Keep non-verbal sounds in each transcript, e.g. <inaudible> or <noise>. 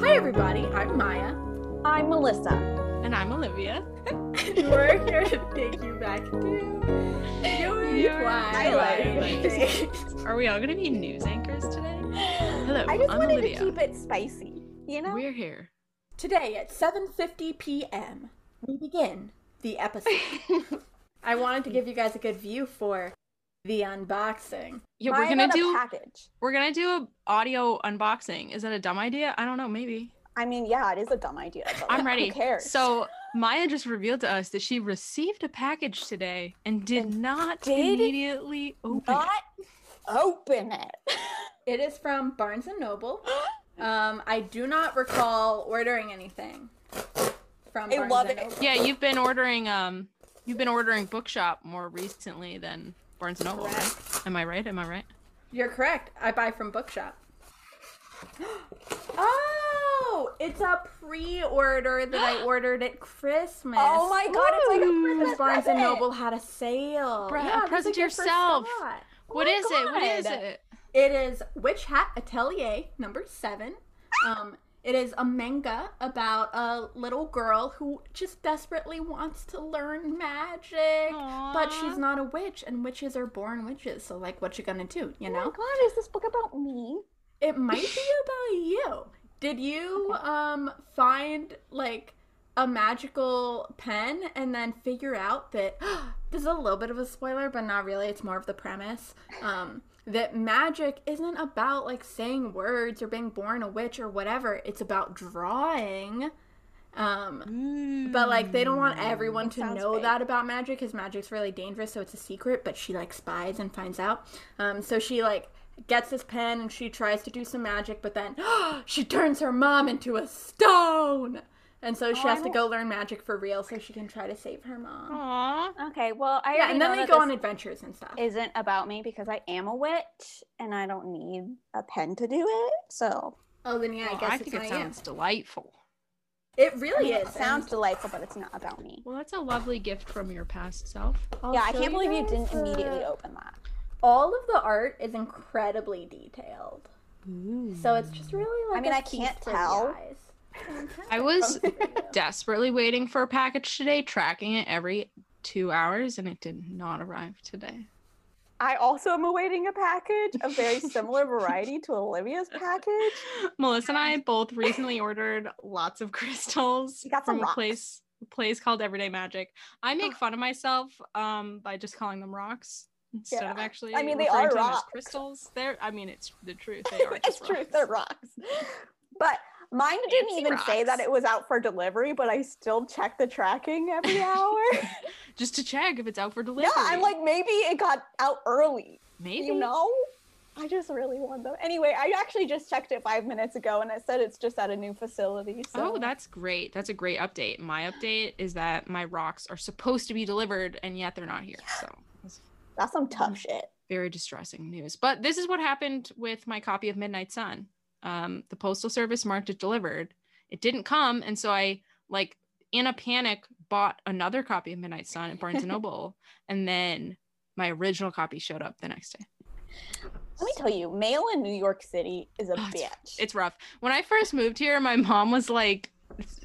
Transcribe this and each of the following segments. Hi, everybody. I'm Maya. <laughs> I'm Melissa. And I'm Olivia. And <laughs> we're here to take you back to your, Your twilight. Are we all going to be news anchors <gasps> today? Hello, I just am wanted Olivia. to keep it spicy, you know? We're here. <laughs> Today at 7:50 p.m., we begin the <laughs> episode. I wanted to give you guys a good view for the unboxing. Yeah, Maya we're gonna got a do package. we're gonna do a audio unboxing. Is that a dumb idea? I don't know, maybe. I mean, yeah, it is a dumb idea. But I'm ready. Who cares? So Maya just revealed to us that she received a package today and did And not did immediately open not it. open it. It is from Barnes and Noble. <gasps> Um, I do not recall ordering anything from I Barnes love and it. Noble. Yeah, you've been ordering um you've been ordering bookshop more recently than Barnes and Noble, right? Am I right? Am I right? You're correct. I buy from Bookshop. <gasps> oh, it's a pre-order that <gasps> I ordered at Christmas. Oh my god, it's like Ooh. a Christmas Because Barnes present. and Noble had a sale. Bre- a this is present to your first yourself. thought. What is it? What is Oh God. it? It is Witch Hat Atelier number seven. Um, it is a manga about a little girl who just desperately wants to learn magic, but she's Aw. not a witch, and witches are born witches. So, like, what you gonna do? You Oh my know? god, is this book about me? It might be about you. Did you um find like a magical pen and then figure out that <gasps> this is a little bit of a spoiler, but not really. It's more of the premise. Um that magic isn't about like saying words or being born a witch or whatever. It's about drawing. Um but like they don't want Mm. everyone to Mm, sounds know fake. that about magic because magic's really dangerous so it's a secret but she like spies and finds out um, so she like gets this pen and she tries to do some magic but then <gasps> she turns her mom into a stone and so she Oh, has to I'm- go learn magic for real so she can try to save her mom Aw. Okay, well, Oh, I yeah already and then know they that go this on adventures and stuff isn't about me because I am a witch and I don't need a pen to do it. So oh then yeah Well, i guess I it's think it not you. sounds delightful. it I really mean, is it sounds and delightful, but it's not about me. Well, that's a lovely gift from your past self. I'll yeah, I show can't believe you guys didn't the- immediately open that. all of the art is incredibly detailed so it's just really like mean, I I can't tell. I was <laughs> <laughs> desperately waiting for a package today, tracking it every two hours, and it did not arrive <gasps> today. I also am awaiting a package of very similar variety to Olivia's package. Melissa and I both recently ordered lots of <laughs> crystals You got some from a rocks. place a place called Everyday Magic. I make fun of myself um, by just calling them rocks instead of Yeah. actually. I mean, they referring are to them as rocks. crystals. They're. I mean, it's <laughs> the truth. They are. it's just true, rocks. they're rocks. But mine didn't Fancy even say that rocks. it was out for delivery, but I still check the tracking every <laughs> hour. Just to check if it's out for delivery. yeah, I'm like, maybe it got out early. maybe You know? I just really want them. Anyway, I actually just checked it five minutes ago and it said it's just at a new facility. So Oh, that's great. That's a great update. My update is that my rocks are supposed to be delivered and yet they're not here. So it's that's some Mm. tough shit. very distressing news. But this is what happened with my copy of Midnight Sun. Um, the postal service marked it delivered. It didn't come, and so I like in a panic bought another copy of Midnight Sun at Barnes <laughs> and Noble, and then my original copy showed up the next day. Let me tell you, mail in New York City is a Oh, bitch. It's rough. When I first moved here, my mom was like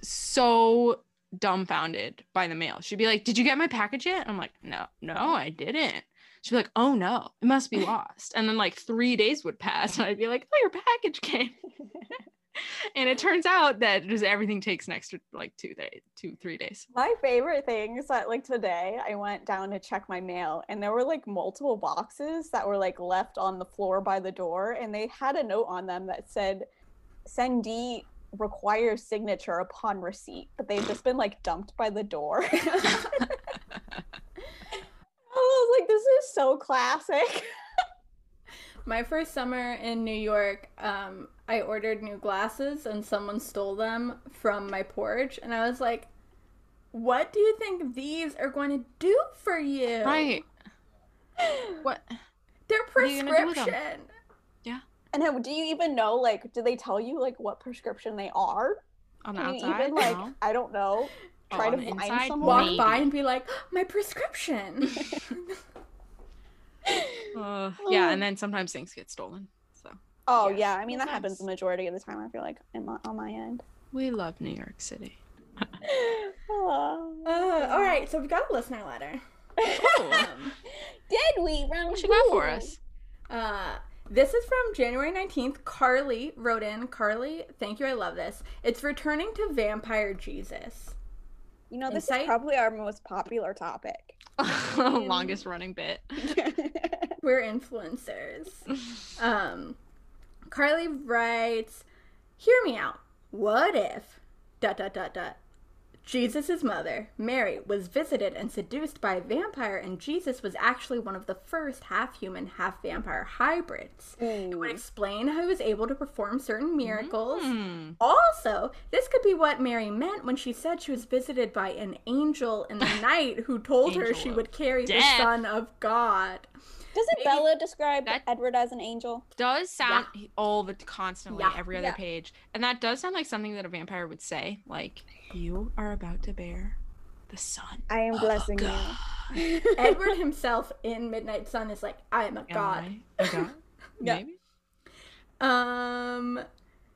so dumbfounded by the mail. She'd be like, Did you get my package yet? I'm like, No, no, I didn't. She'd be like, Oh no, it must be lost. And then like three days would pass and I'd be like, Oh, your package came. <laughs> and it turns out that just everything takes an extra like two days, two, three days. My favorite thing is that like today I went down to check my mail and there were like multiple boxes that were like left on the floor by the door and they had a note on them that said sendee requires signature upon receipt, but they've just been like dumped by the <laughs> door. <laughs> I was like, this is so classic. My first summer in New York, um, I ordered new glasses and someone stole them from my porch. And I was like, what do you think these are going to do for you? Right. What They're are you gonna do with them? prescription. And then do you even know like do they tell you like what prescription they are? on the Can you outside? even like No. I don't know. Oh, Try on to the find inside? someone. Walk Maybe. <laughs> by and be like, my prescription. Uh, yeah, and then sometimes things get stolen. So Oh Yes. yeah, I mean that Makes happens the sense. majority of the time. I feel like in my, on my <laughs> end. we love New York City. Oh. Uh, all right, so we've got a listener letter. Um, Did we run? What you got for us? Uh, this is from January 19th. Carly wrote in. Carly, thank you. I love this. It's returning to Vampire Jesus. You know, this Insight? is probably our most popular topic. <laughs> <laughs> Longest running bit. We're influencers. Um, Carly writes, Hear me out. What if, dot, dot, dot, dot, Jesus' mother, Mary, was visited and seduced by a vampire, and Jesus was actually one of the first half human, half vampire hybrids? It would explain how he was able to perform certain miracles. Hmm. Also, this could be what Mary meant when she said she was visited by an angel in <laughs> the night who told her Angel she of would carry death. the Son of God. Doesn't Bella describe that- Edward as an angel? Does sound all the constantly Yeah, every other yeah. page, and that does sound like something that a vampire would say. Like you are about to bear the son. I am of blessing Oh, God." you. Edward himself in Midnight Sun is like, I am a Am god. I a god? Yeah. Maybe. Um,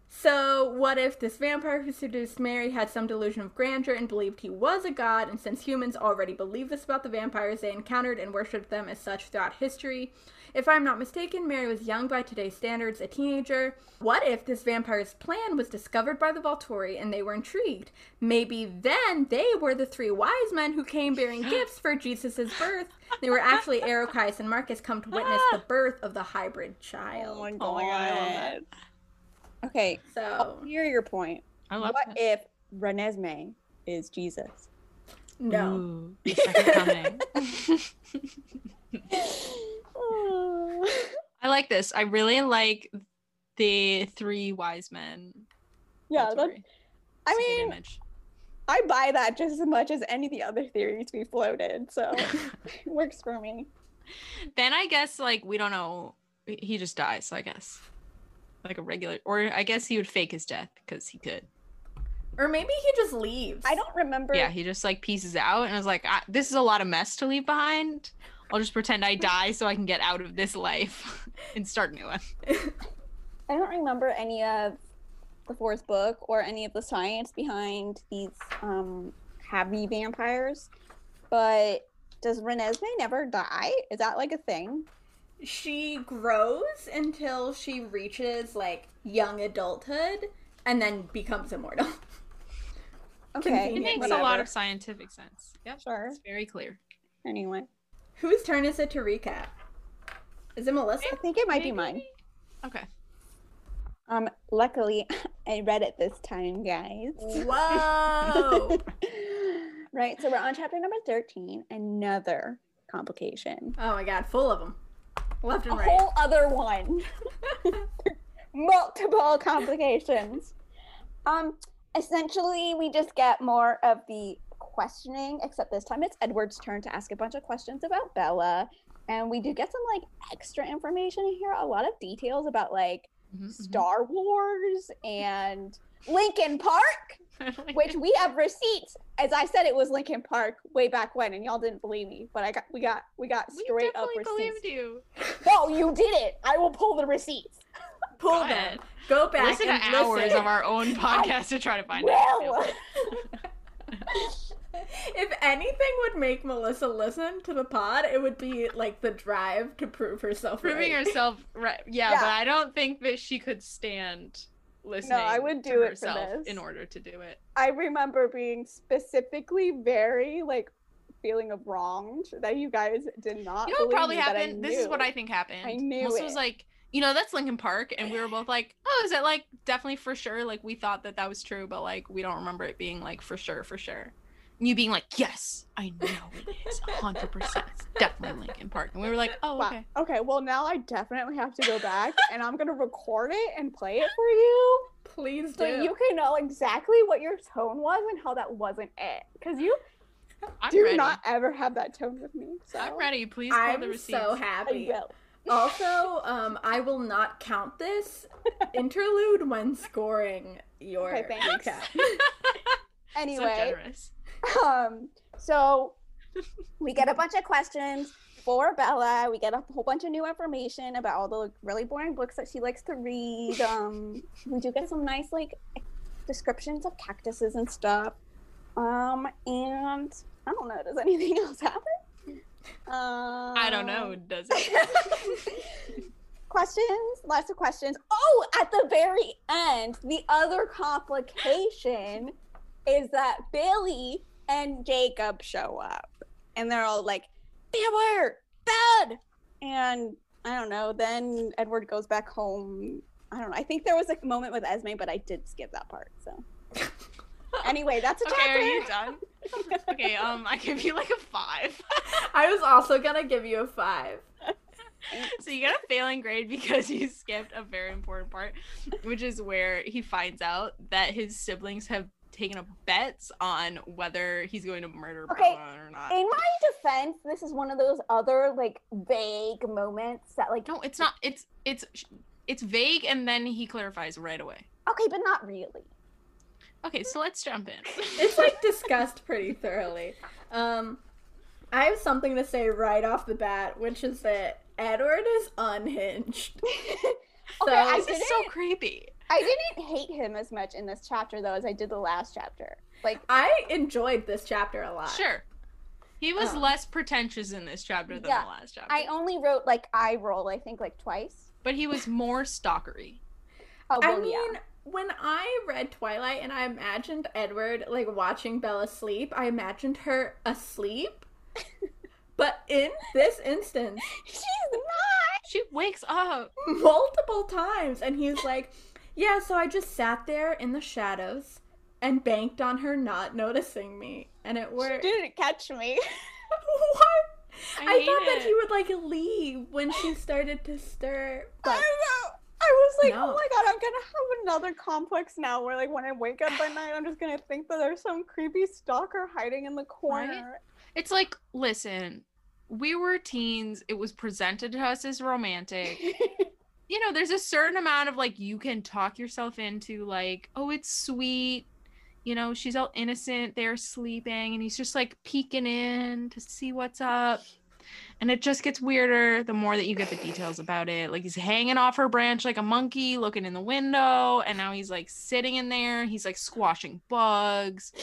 so what if this vampire who seduced Mary had some delusion of grandeur and believed he was a god? And since humans already believe this about the vampires they encountered and worshipped them as such throughout history, if I'm not mistaken, Mary was young by today's standards, a teenager. What if this vampire's plan was discovered by the Volturi and they were intrigued? Maybe then they were the three wise men who came bearing gifts for Jesus' birth. They were actually Arachis and Marcus come to witness the birth of the hybrid child. Oh my God, I love that. Okay, So I hear your point. I Oh. love what that. if Renesmee is <laughs> Jesus? <laughs> no, Ooh, the second coming. Oh. I like this. I really like the three wise men. yeah, that, allegory. I It's a good mean, image. I buy that just as much as any of the other theories we floated, <laughs> so it works for me. then I guess like we don't know. He- He just dies. I guess like a regular, or I guess he would fake his death because he could. or maybe he just leaves. I don't remember. Yeah, he just like pieces out and is like, I, "This is a lot of mess to leave behind. I'll just pretend I die so I can get out of this life <laughs> and start a new one." I don't remember any of the fourth book or any of the science behind these um happy vampires. But does Renesmee never die? Is that like a thing? She grows until she reaches like young adulthood and then becomes immortal. <laughs> Okay. It It Yeah, makes a lot whatever. of scientific sense. Yep, Sure. it's very clear. Anyway. Whose turn is it to recap? Is it Melissa? I think it might be mine. Okay. Um luckily <laughs> I read it this time, guys. <laughs> Whoa! <laughs> right, so we're on chapter number 13, another complication. oh my god, full of them, left a and right. whole other one. <laughs> Multiple complications. Um, essentially, we just get more of the questioning, except this time it's Edward's turn to ask a bunch of questions about Bella. And we do get some like extra information here, a lot of details about like Mhm, mhm. Star Wars and Lincoln Park, <laughs> Like- which we have receipts. As I said, it was Lincoln Park way back when, and y'all didn't believe me, but I got we got we got We straight up definitely receipts. believed you. No, you did it. I will pull the receipts. Pull God. them. Go back listen to and hours listen. of our own podcast to try to find Well, out. <laughs> if anything would make Melissa listen to the pod, it would be like the drive to prove herself. Proving right. herself right. Yeah, Yeah. but I don't think that she could stand listening. I would to do it for herself this. in order to do it. I remember being specifically very like feeling of wronged that you guys did not. You know what Uh, believe probably me, but I happened? This is what knew. I think happened. I knew Melissa was it. like, you know, that's Lincoln Park, and we were both like, oh, is it like definitely for sure? Like we thought that that was true, but like we don't remember it being like for sure, for sure. And you being like, yes, I know it is, hundred percent, it's definitely Lincoln Park, and we were like, oh, Wow. okay. Okay, well now I definitely have to go back and I'm gonna record it and play it for you <laughs> Please do. so you can know exactly what your tone was and how that wasn't it. Because you I'm do ready. not ever have that tone with me. So I'm ready. Please pull the I'm receipts. so I happy. will. Also, um, I will not count <laughs> this interlude when scoring your Okay, thanks. recap. so Anyway, generous. um, so we get a bunch of questions. for Bella, we get a whole bunch of new information about all the like, really boring books that she likes to read. Um, we do get some nice like descriptions of cactuses and stuff. Um, and I don't know, does anything <laughs> else happen? Um, I don't know. Does it? <laughs> questions, lots of questions. Oh, at the very end, the other complication is that Billy and Jacob show up and they're all like, Bammer, bed. And I don't know, then Edward goes back home. I don't know. I think there was a moment with Esme, but I did skip that part. <laughs> So anyway, that's a okay, are you <laughs> chapter. done? <laughs> okay, um, I give you like a five. <laughs> I was also gonna give you a five. so you got a failing grade because you skipped a very important part, which is where he finds out that his siblings have taken up bets on whether he's going to murder Okay, Bella or not. In my defense, this is one of those other like vague moments that like No, it's not. It's it's it's vague, and then he clarifies right away. okay, but not really. Okay, so let's jump in. <laughs> It's like discussed pretty thoroughly. Um, I have something to say right off the bat, which is that Edward is unhinged. Okay, I <laughs> This is so creepy. I didn't hate him as much in this chapter though as I did the last chapter. Like I enjoyed this chapter Uh, a lot. Sure. He was Oh. less pretentious in this chapter than Yeah, the last chapter, I only wrote like eye roll, I think like twice. but he was more stalkery. Oh, I well, mean, yeah. when I read Twilight and I imagined Edward like watching Bella sleep, I imagined her <laughs> asleep. but in this instance, <laughs> she's not. She wakes up. multiple times, and he's like, "Yeah, so I just sat there in the shadows and banked on her not noticing me, and it worked." didn't catch <laughs> me. <laughs> what? I, I, hate thought that it. he would like leave when she started to stir. I But know. I was like, No. oh my god, I'm gonna have another complex now where like when I wake up at night, I'm just gonna think that there's some creepy stalker hiding in the corner. <laughs> It's like, listen, we were teens. It was presented to us as romantic. you know, there's a certain amount of like you can talk yourself into like, oh, it's sweet. You know, she's all innocent. They're sleeping, and he's just like peeking in to see what's up. And it just gets weirder the more that you get the details about it. Like he's hanging off her branch like a monkey, looking in the window, and now he's like sitting in there. He's like squashing bugs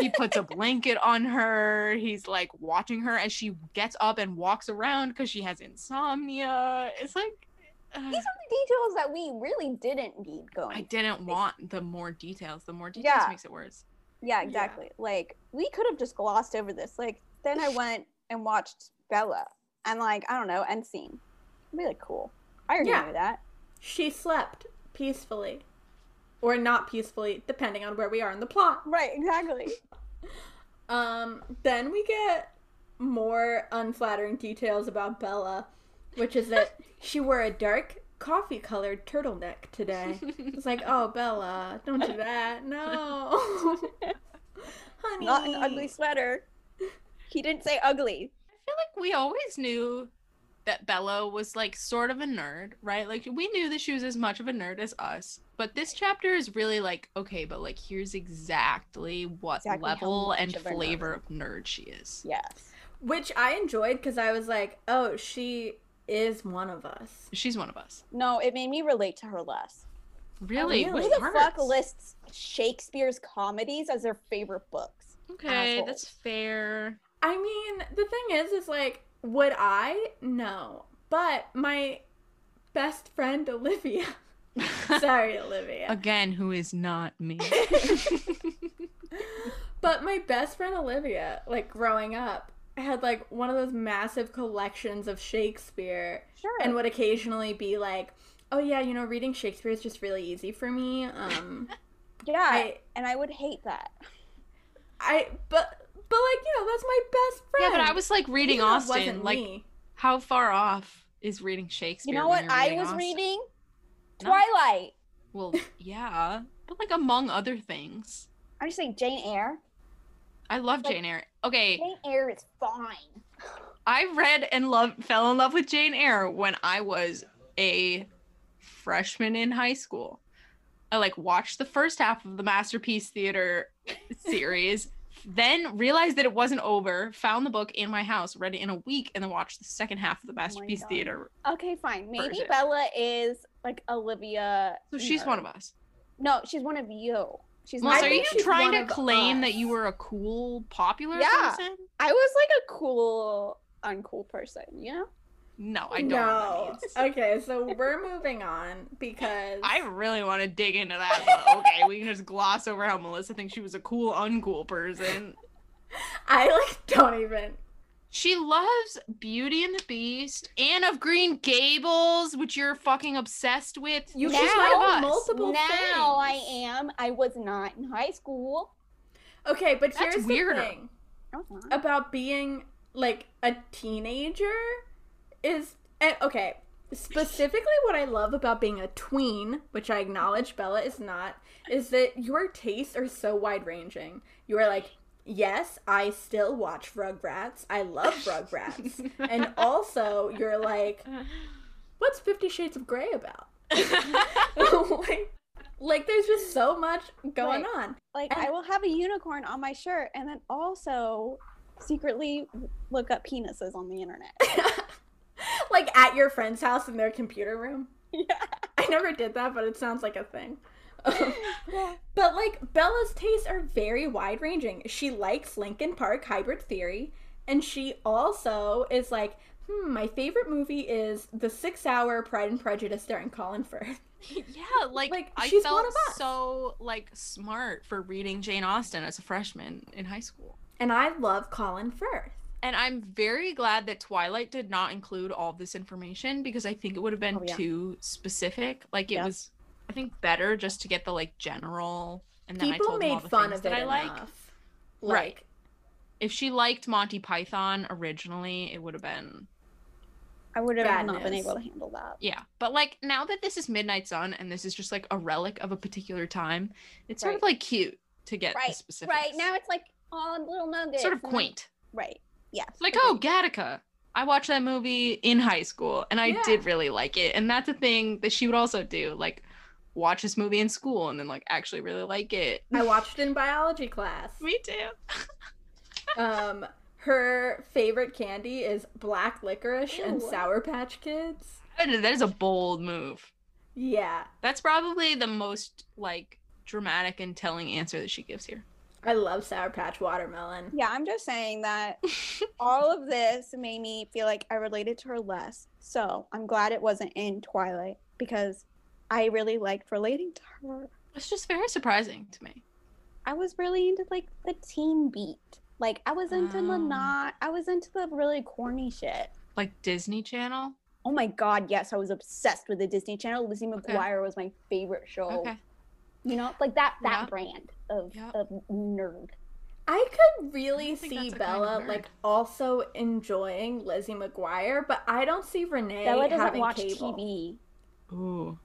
he puts a blanket on her. He's like watching her as she gets up and walks around because she has insomnia. It's like uh, These are the details that we really didn't need going. <sighs> I didn't want the more details. The more details Yeah. makes it <laughs> worse. Yeah, exactly. Like we could have just glossed over this. Like then I went and watched Bella, and like I don't know, end scene. It'd be like cool. I already Yeah. knew that. she slept peacefully, or not peacefully, depending on where we are in the plot. Right, exactly. Um, then we get more unflattering details about Bella, which is that <laughs> she wore a dark coffee colored turtleneck <laughs> today. It's like, oh, Bella, don't do that. <laughs> No. Honey. <laughs> Not an ugly sweater. He didn't say ugly. I feel like we always knew that Bella was like sort of a nerd, right? Like we knew that she was as much of a nerd as us. But this chapter is really like, okay, but like here's exactly what Exactly how level much and of a nerd. flavor of nerd she is. Yes. Which I enjoyed because I was like, oh, she is one of us. She's one of us. No, it made me relate to her less. Really? really? Which Who the fuck parts? lists Shakespeare's comedies as their favorite books? Okay, that's assholes. <laughs> fair. I mean, the thing is, is like, would I? No. But my best friend, Olivia. <laughs> Sorry, Olivia. <laughs> Again, who is not <laughs> me? But my best friend Olivia, like growing up, had like one of those massive collections of Shakespeare Sure. and would occasionally be like, "Oh yeah, you know, reading Shakespeare is just really easy for me." <laughs> Um yeah, I and I would hate that. I but but like, you know, that's my best yeah, friend. but I was like Even reading though it Austin. wasn't Like, me. how far off is reading Shakespeare? You know when what you're I was Austin? reading? No. Twilight. Well, yeah, but like among other things, I'm just saying Jane Eyre. I love Like- Jane Eyre. Okay, Jane Eyre is fine. I read and love fell in love with Jane Eyre when I was a freshman in high school. I like watched the first half of the Masterpiece Theater series, then realized that it wasn't over, found the book in my house, read it in a week, and then watched the second half of Oh the Masterpiece God. Theater. Okay, fine. Maybe Version. Bella is like Olivia. So she's Nerd. one of us. No, she's one of you. She's I Melissa, are think you she's trying one to of claim that you us. were a cool, popular Yeah. person? I was like a cool, uncool person, you know? No, I don't. know No. what that means. <laughs> Okay, so we're moving on because <laughs> I really want to dig into that. But okay, we can just gloss over how Melissa thinks she was a cool, uncool person. <laughs> I like don't even. She loves Beauty and the Beast and of Green Gables, which you're fucking obsessed with. You She's should one of know us. multiple now things. I am. I was not in high school. Okay, but That's here's weirder. the thing I was not. about being like a teenager is and okay, specifically what I love about being a tween, which I acknowledge Bella is not, is that your tastes are so wide-ranging. You are like, "Yes, I still watch Rugrats. I love Rugrats." and also, you're like, "What's 50 Shades of Grey about?" <laughs> like, like there's just so much going Right. on. Like, I will have a unicorn on my shirt and then also secretly look up penises on the <laughs> internet. <laughs> like at your friend's house in their computer room. Yeah. I never did that, but it sounds like a <laughs> thing. <laughs> but like Bella's tastes are very wide ranging. She likes Linkin Park Hybrid Theory, and she also is like, hmm, my favorite movie is The Six Hour Pride and Prejudice starring Colin Firth. <laughs> yeah, like, Like, I she's felt one of us. so like smart for reading Jane Austen as a freshman in high school. And I love Colin Firth. And I'm very glad that Twilight did not include all this information because I think it would have been Oh, yeah. too specific. Like it Yeah. was, I think, better just to get the like general. And then I People told them all made the fun things of it that I like. enough. Right. Like, If she liked Monty Python originally, it would have been I would have Bad not been news. able to handle that. yeah. But like now that this is Midnight Sun and this is just like a relic of a particular time, it's sort of like cute to get the Right, specifics. Right now, it's like all little nuggets. sort of and- quaint. Right. Yeah. It's like, oh, Gattaca. I watched that movie in high school and I Yeah. did really like it. And that's a thing that she would also do, like watch this movie in school and then like actually really like it. I watched it in biology class. <laughs> Me too. Um, her favorite candy is black licorice and Ew. Sour Patch Kids. That is- that is a bold move. Yeah, That's probably the most like dramatic and telling answer that she gives here. <laughs> I love Sour Patch watermelon. Yeah, I'm just saying that all of this made me feel like I related to her less. So I'm glad it wasn't in Twilight because I really liked relating to her. It's just very surprising to me. I was really into like the teen beat. Like I was into the Oh. not. I was into the really corny shit. Like Disney Channel. Oh my god, yes, I was obsessed with the Disney Channel. Lizzie Okay. McGuire was my favorite Oh. show. Okay. You know, like that that Yeah. brand of, Yeah. of nerd. I could really think that's see a kind Bella of nerd. like also enjoying Lizzie McGuire, but I don't see Renee Bella doesn't having watch cable. TV. Ooh.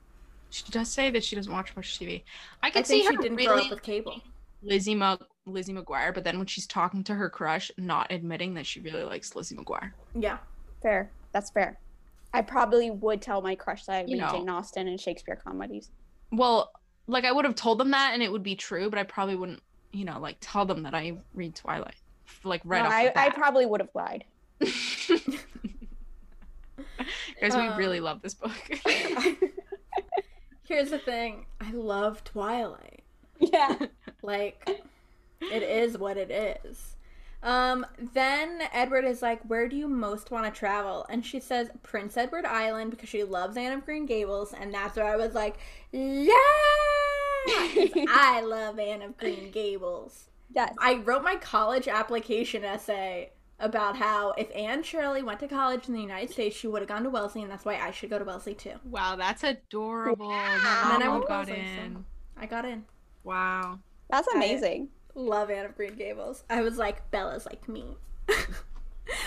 She does say that she doesn't watch much TV. I I could see think her she didn't grow really up with cable. Lizzie Mug Lizzie McGuire, but then when she's talking to her crush, not admitting that she really likes Lizzie McGuire. Yeah, <laughs> Fair. That's fair. I probably would tell my crush that I read You know. Jane Austen and Shakespeare comedies. Well, like I would have told them that and it would be true, but I probably wouldn't, you know, like tell them that I read Twilight. Like right No, off I, the I bat. probably would have lied. <laughs> Guys, Um, we really love this book. <laughs> here's the thing: I love Twilight. Yeah. Like, it is what it is. Um, then Edward is like, Where do you most want to travel? And she says, Prince Edward Island because she loves Anne of Green Gables. And that's where I was like, Yeah! I love Anne of Green Gables. yes. I wrote my college application essay about how if Anne Shirley went to college in the United States, she would have gone to Wellesley, and that's why I should go to Wellesley too. wow, that's adorable. And My then I mom would got also say- in. I got in. Wow. That's I- amazing. love Anne of Green Gables. I was like, Bella's like me. <laughs>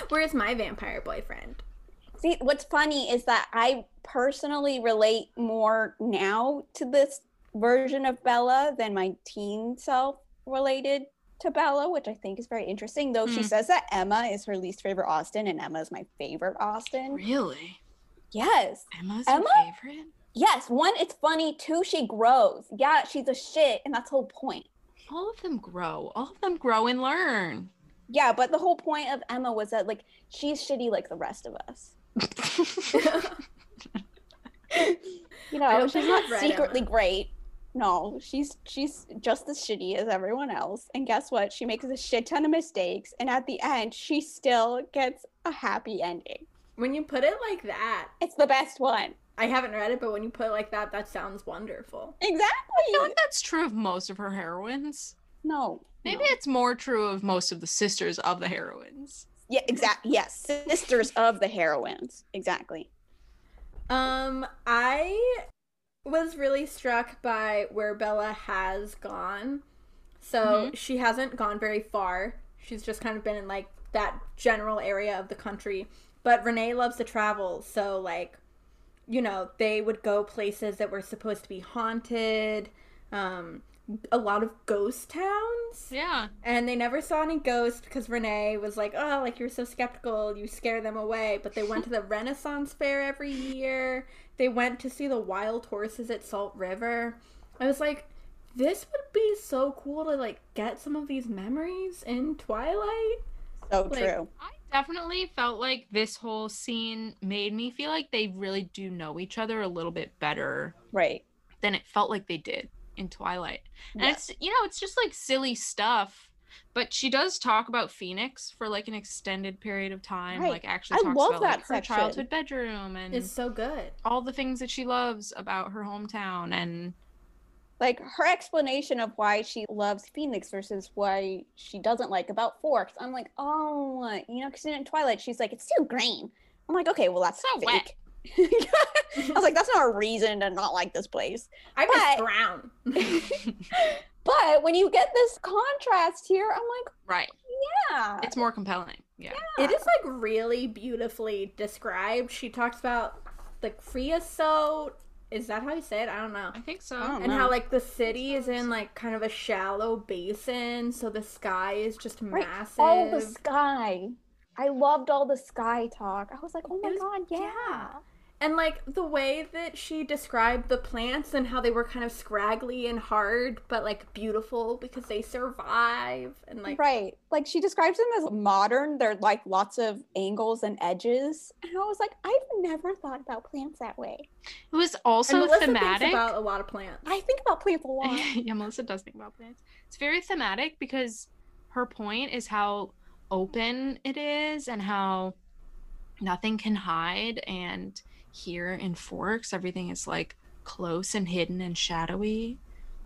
Where's my vampire boyfriend? <laughs> See, what's funny is that I personally relate more now to this version of Bella than my teen self related to Bella, which I think is very interesting. Though she Hmm. says that Emma is her least favorite Austin and Emma is my favorite Austin. Really? Yes. Emma's Emma? your favorite? Yes, one, it's funny. Two, she grows. Yeah, she's a shit, and that's the whole point. All of them grow. All of them grow and learn. <laughs> Yeah, but the whole point of Emma was that like she's shitty like the rest of us. You I know, don't she's think not I've read secretly Emma. great. No, she's she's just as shitty as everyone else. And guess what? She makes a shit ton of mistakes, and at the end, she still gets a happy ending. when you put it like that, It's the best one. I haven't read it, but when you put it like that, that sounds wonderful. I Exactly. think that's true of most of her heroines. No. Maybe no. it's more true of most of the sisters of the heroines. Yeah, exactly. Yes, sisters of the heroines. Exactly. Um, I was really struck by where Bella has gone. So she hasn't gone very far. She's just kind of been in like that general area of the country. But Renee loves to travel, so like, you know, they would go places that were supposed to be haunted. Um, a lot of ghost towns. Yeah. And they never saw any ghosts because Renee was like, oh, like you're so skeptical, you scare them away. But they went <laughs> to the Renaissance Fair every year. They went to see the wild horses at Salt River. I was like, this would be so cool to like get some of these memories in Twilight. So Like- true. I definitely felt like this whole scene made me feel like they really do know each other a little bit better Right. than it felt like they did in Twilight. And Yeah. it's you know, it's just like silly stuff. But she does talk about Phoenix for like an extended period of time. Right. Like actually I talks love about like, that her section. childhood bedroom and It's so good. all the things that she loves about her hometown and <laughs> Like her explanation of why she loves Phoenix versus why she doesn't like about Forks. I'm like, oh, you know, because in Twilight, she's like, it's too green. I'm like, okay, well, that's So so wet. fake. <laughs> I was like, that's not a reason to not like this place. I was But- brown. But when you get this contrast here, I'm like, right. yeah. It's more compelling. Yeah. It is like really beautifully described. She talks about the creosote. Is that how you say it? I don't know. I think so. I don't and know. how like the city is Sounds- in like kind of a shallow basin, so the sky is just Right, massive. all the sky. I loved all the sky talk. I was like, oh my It was- god, yeah. yeah. and like the way that she described the plants and how they were kind of scraggly and hard, but like beautiful because they survive and like right. Like she describes them as modern. They're like lots of angles and edges. And I was like, I've never thought about plants that way. It was and also Melissa thematic. thinks about a lot of plants. I think about plants a lot. <laughs> yeah, Melissa does think about plants. It's very thematic because her point is how open it is and how nothing can hide. And here in Forks, everything is like close and hidden and shadowy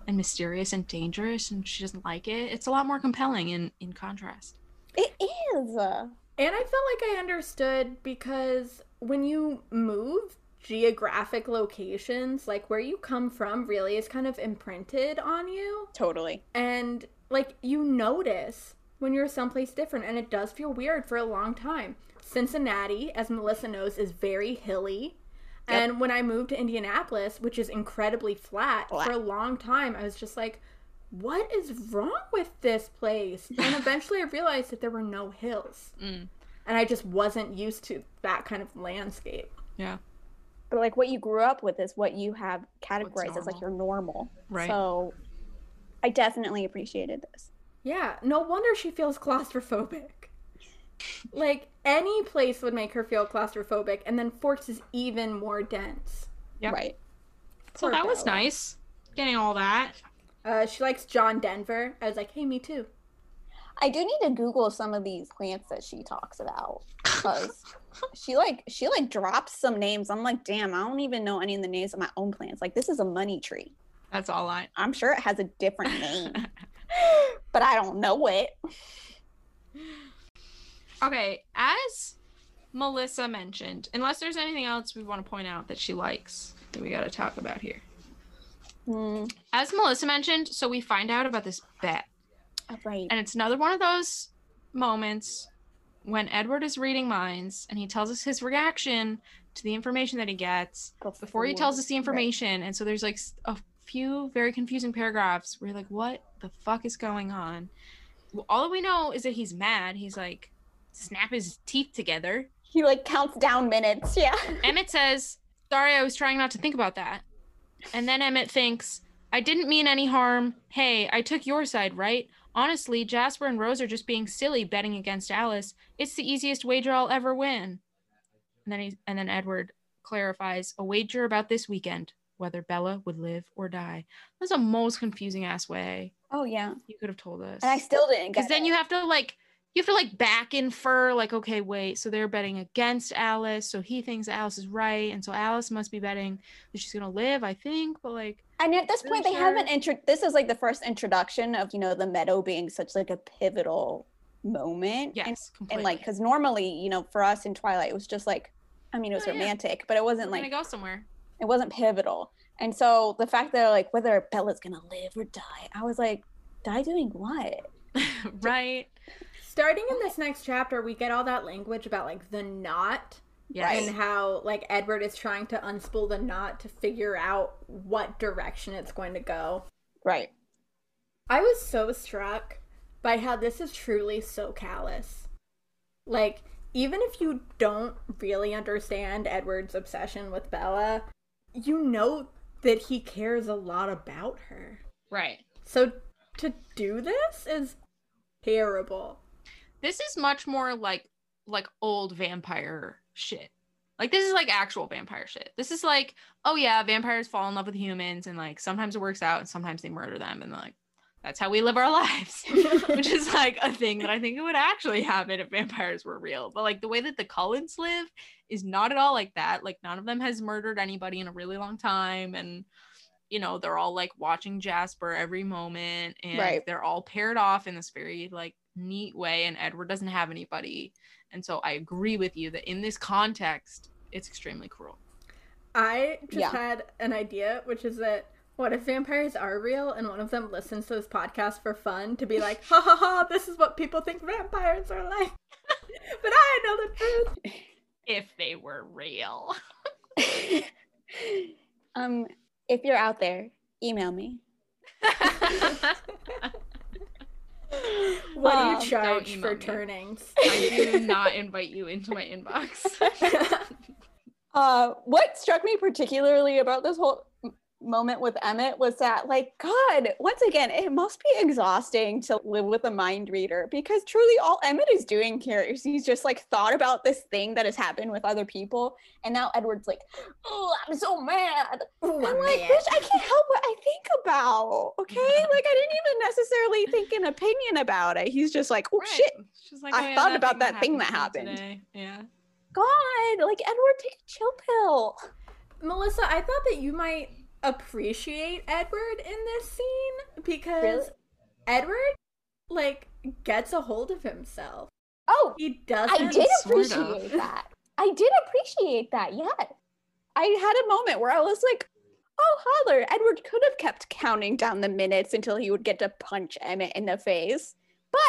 and mysterious and dangerous. And she doesn't like it. It's a lot more compelling in, in contrast. it is. And I felt like I understood because when you move geographic locations, like where you come from really is kind of imprinted on you. Totally. and like you notice when you're someplace different and it does feel weird for a long time cincinnati as melissa knows is very hilly Yep. and when i moved to indianapolis which is incredibly flat for a long time i was just like what is wrong with this place and eventually i realized that there were no hills Mm. and i just wasn't used to that kind of landscape But like what you grew up with is what you have categorized as normal. like your normal. Right. So I definitely appreciated this. Yeah, no wonder she feels claustrophobic. Like any place would make her feel claustrophobic, and then Forks is even more dense. Yep. Right. so Poor that was Bella. nice getting all that. Uh, she likes John Denver. I was like, hey, me too. I do need to Google some of these plants that she talks about because she like she like drops some names. I'm like, damn, I don't even know any of the names of my own plants. Like this is a money tree. That's all I. I'm sure it has a different <laughs> name, but I don't know it. Okay, as Melissa mentioned, unless there's anything else we want to point out that she likes that we got to talk about here. Hmm. As Melissa mentioned, so we find out about this bet, oh, right. and it's another one of those moments when Edward is reading minds and he tells us his reaction to the information that he gets before he tells us the information. And so there's like s- a few very confusing paragraphs where you're like, what the fuck is going on? Well, all we know is that he's mad. He's like, snap his teeth together. He like counts down minutes. Yeah. Emmett says, Sorry, I was trying not to think about that. And then Emmett thinks, I didn't mean any harm. Hey, I took your side, right? Honestly, Jasper and Rose are just being silly betting against Alice. It's the easiest wager I'll ever win. And then he, and then Edward clarifies a wager about this weekend, whether Bella would live or die. That's the most confusing ass way Oh yeah. you could have told us. And I still didn't Because get then it. you have to like you have to like back infer like okay wait so they're betting against Alice so he thinks Alice is right and so Alice must be betting that she's gonna live I think but like And at this Really point, they sure? haven't intro. This is like the first introduction of you know the meadow being such like a pivotal moment. yes And, completely. and like because normally you know for us in Twilight it was just like, I mean it was Oh, yeah. romantic, but it wasn't we're like gonna <laughs> go somewhere it wasn't pivotal. And so the fact that they're like whether Bella's gonna live or die, I was like, die doing what? <laughs> right Starting in this next chapter, we get all that language about like the knot yes Right. and how like Edward is trying to unspool the knot to figure out what direction it's going to go. Right. I was so struck by how this is truly so callous. Like, even if you don't really understand Edward's obsession with Bella, you know that he cares a lot about her. right So to do this is terrible. <laughs> this is much more like like old vampire shit like this is like actual vampire shit this is like oh yeah vampires fall in love with humans and like sometimes it works out and sometimes they murder them and like that's how we live our <laughs> lives which is like a thing that i think it would actually happen if vampires were real but like the way that the cullens live is not at all like that like none of them has murdered anybody in a really long time and you know they're all like watching jasper every moment and Right. they're all paired off in this very like neat way and edward doesn't have anybody and so i agree with you that in this context it's extremely cruel I just Yeah. had an idea, which is that what if vampires are real and one of them listens to this podcast for fun to be like, ha ha ha, this is what people think vampires are like. <laughs> but I know the truth. if they were real <laughs> <laughs> um, if you're out there, email me. <laughs> What do Um, you charge email for me. <laughs> turnings? <laughs> i do not invite you into my inbox Uh, what struck me particularly about this whole m- moment with Emmett was that, like, God, once again, it must be exhausting to live with a mind reader because truly all Emmett is doing here is he's just like thought about this thing that has happened with other people. And now Edward's like, oh, I'm so mad. Ooh, I'm I'm like, mad. bitch, I can't help what I think about. <laughs> Okay. Like, I didn't even necessarily think an opinion about it. He's just like, oh, Right. shit. She's like, "Oh, I thought about that thing happened that to me today." God, like Edward, take a chill pill. Melissa, I thought that you might appreciate Edward in this scene because Really? Edward, like, gets a hold of himself. Oh, He doesn't. I did sort of. appreciate that. I did appreciate that. Yes, I had a moment where I was like, "Oh, holler!" Edward could have kept counting down the minutes until he would get to punch Emmett in the face, but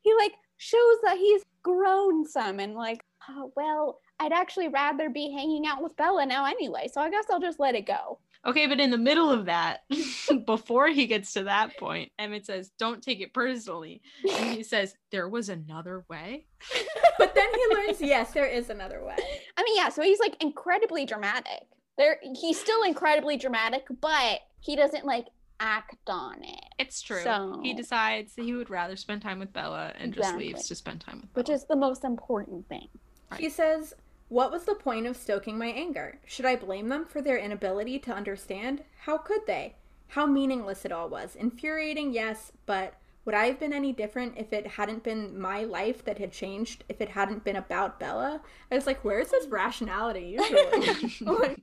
he like shows that he's grown some and like, oh, well, I'd actually rather be hanging out with Bella now anyway, so I guess I'll just let it go. Yeah. Okay, but in the middle of that, <laughs> before he gets to that point, Emmett says, "Don't take it personally," and he says, "There was another way." But then he learns, yes, there is another way. I mean, yeah, so he's like incredibly dramatic. There, he's still incredibly dramatic, but he doesn't like act on it. It's true. He So- decides that he would rather spend time with Bella and just Exactly. leaves to spend time with. which Bella. is the most important thing. He says, What was the point of stoking my anger? Should I blame them for their inability to understand? How could they? How meaningless it all was. Infuriating, yes, but would I have been any different if it hadn't been my life that had changed, if it hadn't been about Bella? I was like, Where's his rationality usually? <laughs> <laughs> I'm <laughs> like,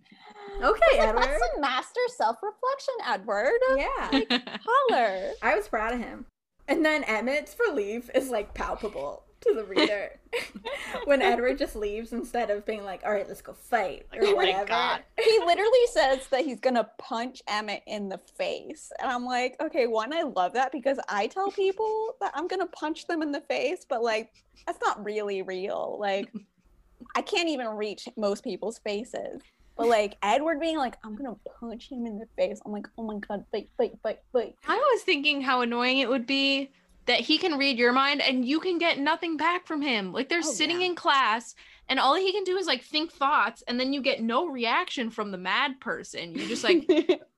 okay, Like, Edward. that's some master self-reflection, Edward. Yeah. Holler. I was proud of him. And then Emmett's relief is like palpable to the <laughs> reader <laughs> when Edward just leaves instead of being like, "All right, let's go fight" or Like, "Oh my whatever. God." he literally says that he's gonna punch Emmett in the face, and I'm like, okay, one, I love that because I tell people that I'm gonna punch them in the face, but like, that's not really real. Like, I can't even reach most people's faces. But like Edward being like, I'm gonna punch him in the face. I'm like, oh my god, fight, fight, fight, fight. I was thinking how annoying it would be that he can read your mind and you can get nothing back from him. Like they're Oh, sitting yeah. in class and all he can do is like think thoughts and then you get no reaction from the mad person you <laughs> just like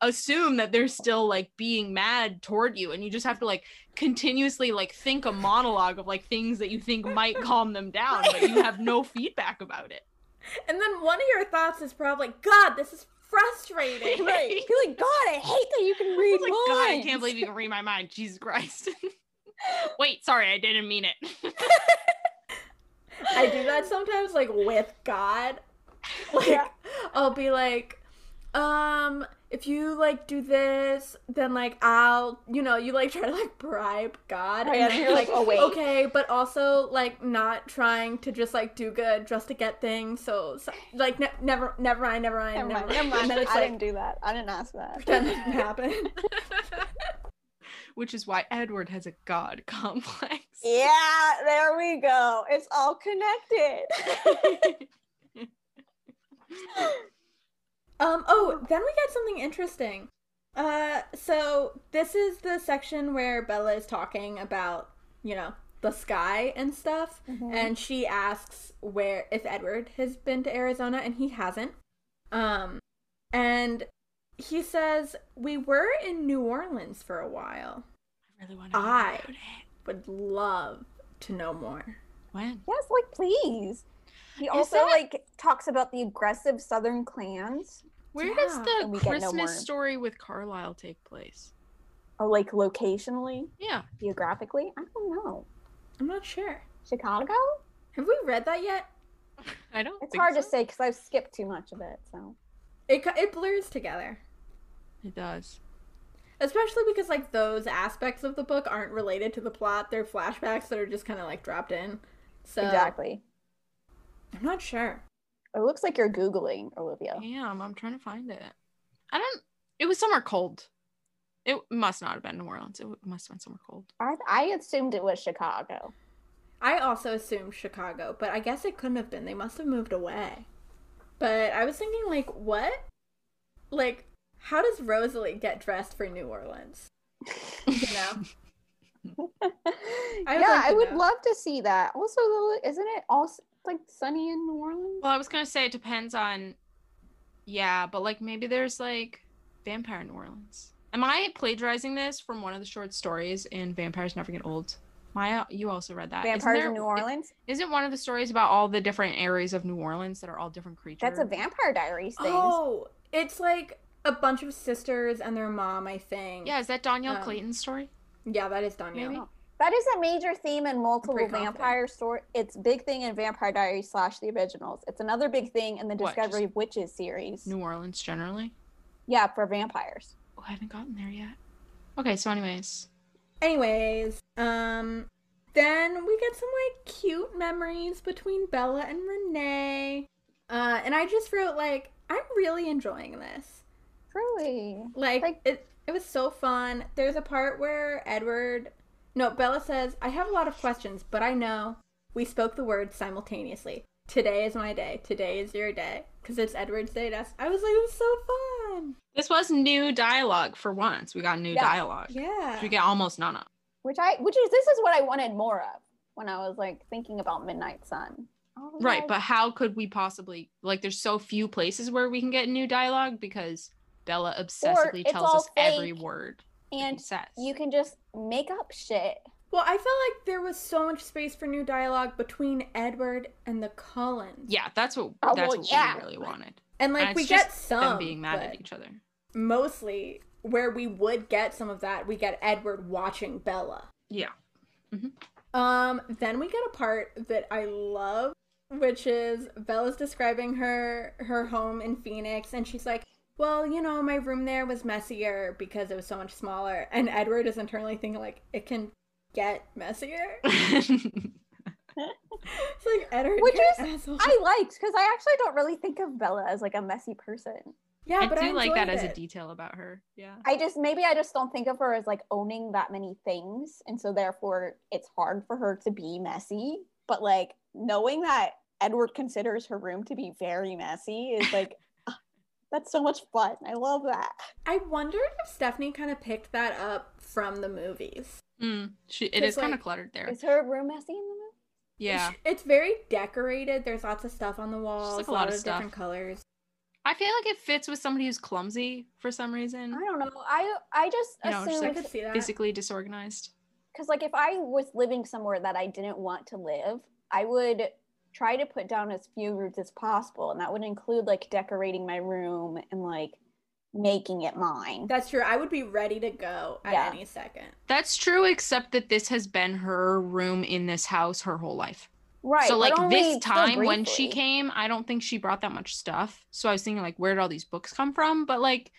assume that they're still like being mad toward you and you just have to like continuously like think a monologue of like things that you think might calm them down but you have no feedback <laughs> about it And then one of your thoughts is probably, God, this is <laughs> frustrating. right. You're like, God, I hate that you can read It's like god i minds." can't <laughs> believe you can read my mind jesus christ <laughs> wait sorry i didn't mean it <laughs> I do that sometimes, like with God. Like, Yeah. I'll be like, um, if you like do this, then like I'll, you know, you like try to like bribe God, Right, and then you're like, "Oh, wait." okay, but also like not trying to just like do good just to get things. So, so- like, ne- never, never mind, never mind, never Never mind. mind. Never mind. And then it's I like didn't do that. I didn't ask that. pretend it didn't <laughs> happen. which is why edward has a god <laughs> complex Yeah, there we go. It's all connected. <laughs> Um, oh, then we get something interesting. Uh, so this is the section where Bella is talking about, you know, the sky and stuff, Mm-hmm. Mm-hmm. and she asks where if Edward has been to Arizona, and he hasn't. Um, and he says we were in New Orleans for a while. i really want to I it. would love to know more. when yes, like please. He also that- like talks about the aggressive southern clans. Where does Yeah, and the we get no Christmas more. story with Carlisle take place? Oh, like locationally, Yeah. geographically. I don't know. I'm not sure. Chicago? Have we read that yet? I don't It's think hard to so. say because I've skipped too much of it. So It co- it blurs together. It does. especially because like those aspects of the book aren't related to the plot they're flashbacks that are just kind of like dropped in so exactly. i'm not sure It looks like you're googling Olivia. Damn, I'm trying to find it. I don't it was somewhere cold. It must not have been New Orleans. It w- must have been somewhere cold. <laughs> I, I assumed it was Chicago. i also assumed chicago but i guess it couldn't have been they must have moved away but i was thinking like what like how does rosalie get dressed for new orleans you know yeah, like I to would know. love to see that. Also, though, isn't it also like sunny in New Orleans? Well, I was gonna say it depends on yeah, but like maybe there's like vampire New Orleans. Am I plagiarizing this from one of the short stories in Vampires Never Get Old? Maya, you also read that. Isn't Vampires there- in New Orleans. Isn't one of the stories about all the different areas of New Orleans that are all different creatures? That's a Vampire Diaries thing. oh it's like a bunch of sisters and their mom i think Yeah, is that Danielle Um, Clayton's story? yeah that is danielle Maybe. That is a major theme in multiple pretty confident. vampire story. It's big thing in Vampire Diaries slash The Originals. It's another big thing in the What, Discovery just- of Witches series. New Orleans generally. Yeah, for vampires. Oh, I haven't gotten there yet. Okay, so anyways, Anyways, um then we get some like cute memories between Bella and Renee. Uh and I just wrote like I'm really enjoying this. Truly. Like, Like- it it was so fun. There's a part where Edward No, Bella says, "I have a lot of questions, but I know we spoke the words simultaneously. Today is my day. Today is your day." Cuz it's Edward's day. That's I was like it was so fun. this was new dialogue for once. We got new Yeah. dialogue. Yeah. We get almost none of. Which I which is this is what I wanted more of when I was like thinking about Midnight Sun. I was Right, like, but how could we possibly like? There's so few places where we can get new dialogue because Bella obsessively it's tells all us every fake word. and says. you can just make up shit. Well, I felt like there was so much space for new dialogue between Edward and the Cullens. yeah, that's what Oh, that's well, what yeah. we really wanted. And like And we it's get just some them being mad but at each other. mostly where we would get some of that, we get Edward watching Bella. Yeah. Um, then we get a part that I love, which is Bella's describing her her home in Phoenix, and she's like, "Well, you know, my room there was messier because it was so much smaller." And Edward is internally thinking like, "It can get messier." It's like Edward, Which you're is- an asshole. I liked because I actually don't really think of Bella as like a messy person. yeah, <laughs> I but I do like that enjoyed as a it. detail about her. Yeah. I just maybe I just don't think of her as like owning that many things, and so therefore it's hard for her to be messy. But like knowing that Edward considers her room to be very messy <laughs> is like ah, that's so much fun. I love that. I wondered if Stephanie kind of picked that up from the movies. Mm, she, it 'Cause, is kind like, of cluttered there. Is her room messy in the movie? Yeah. It's very decorated. There's lots of stuff on the walls, like, a lot, of, different colors. I feel like it fits with somebody who's clumsy for some reason. I don't know. I I just Mm-hmm. You I know, just, like, assumed could see that. Physically disorganized. because like if I was living somewhere that I didn't want to live, I would try to put down as few roots as possible, and that would include like decorating my room and like making it mine. That's true. I would be ready to go at Yeah. any second. That's true, except that this has been her room in this house her whole life. Right. so but like only this so time when she briefly. came, I don't think she brought that much stuff. So I was thinking like, where did all these books come from? But like,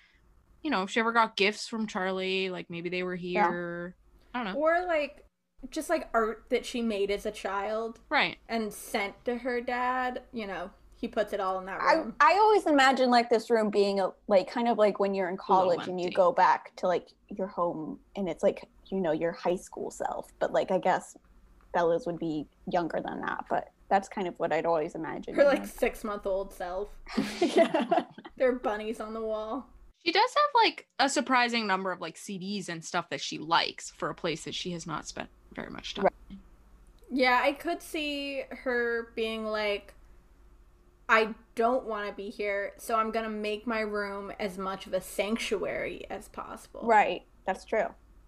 you know, if she ever got gifts from Charlie, like maybe they were Yeah. here. I don't know. Or like just like art that she made as a child Right. and sent to her dad, you know, he puts it all in that I, room. I always imagine like this room being a, like kind of like when you're in college and you empty. go back to like your home and it's like you know your high school self but like I guess Bella's would be younger than that but that's kind of what I'd always imagine. her like six month old self. <laughs> <laughs> yeah. There are bunnies on the wall. She does have like a surprising number of like CDs and stuff that she likes for a place that she has not spent very much time. Right. Yeah, I could see her being like, I don't want to be here, so I'm going to make my room as much of a sanctuary as possible. right that's true.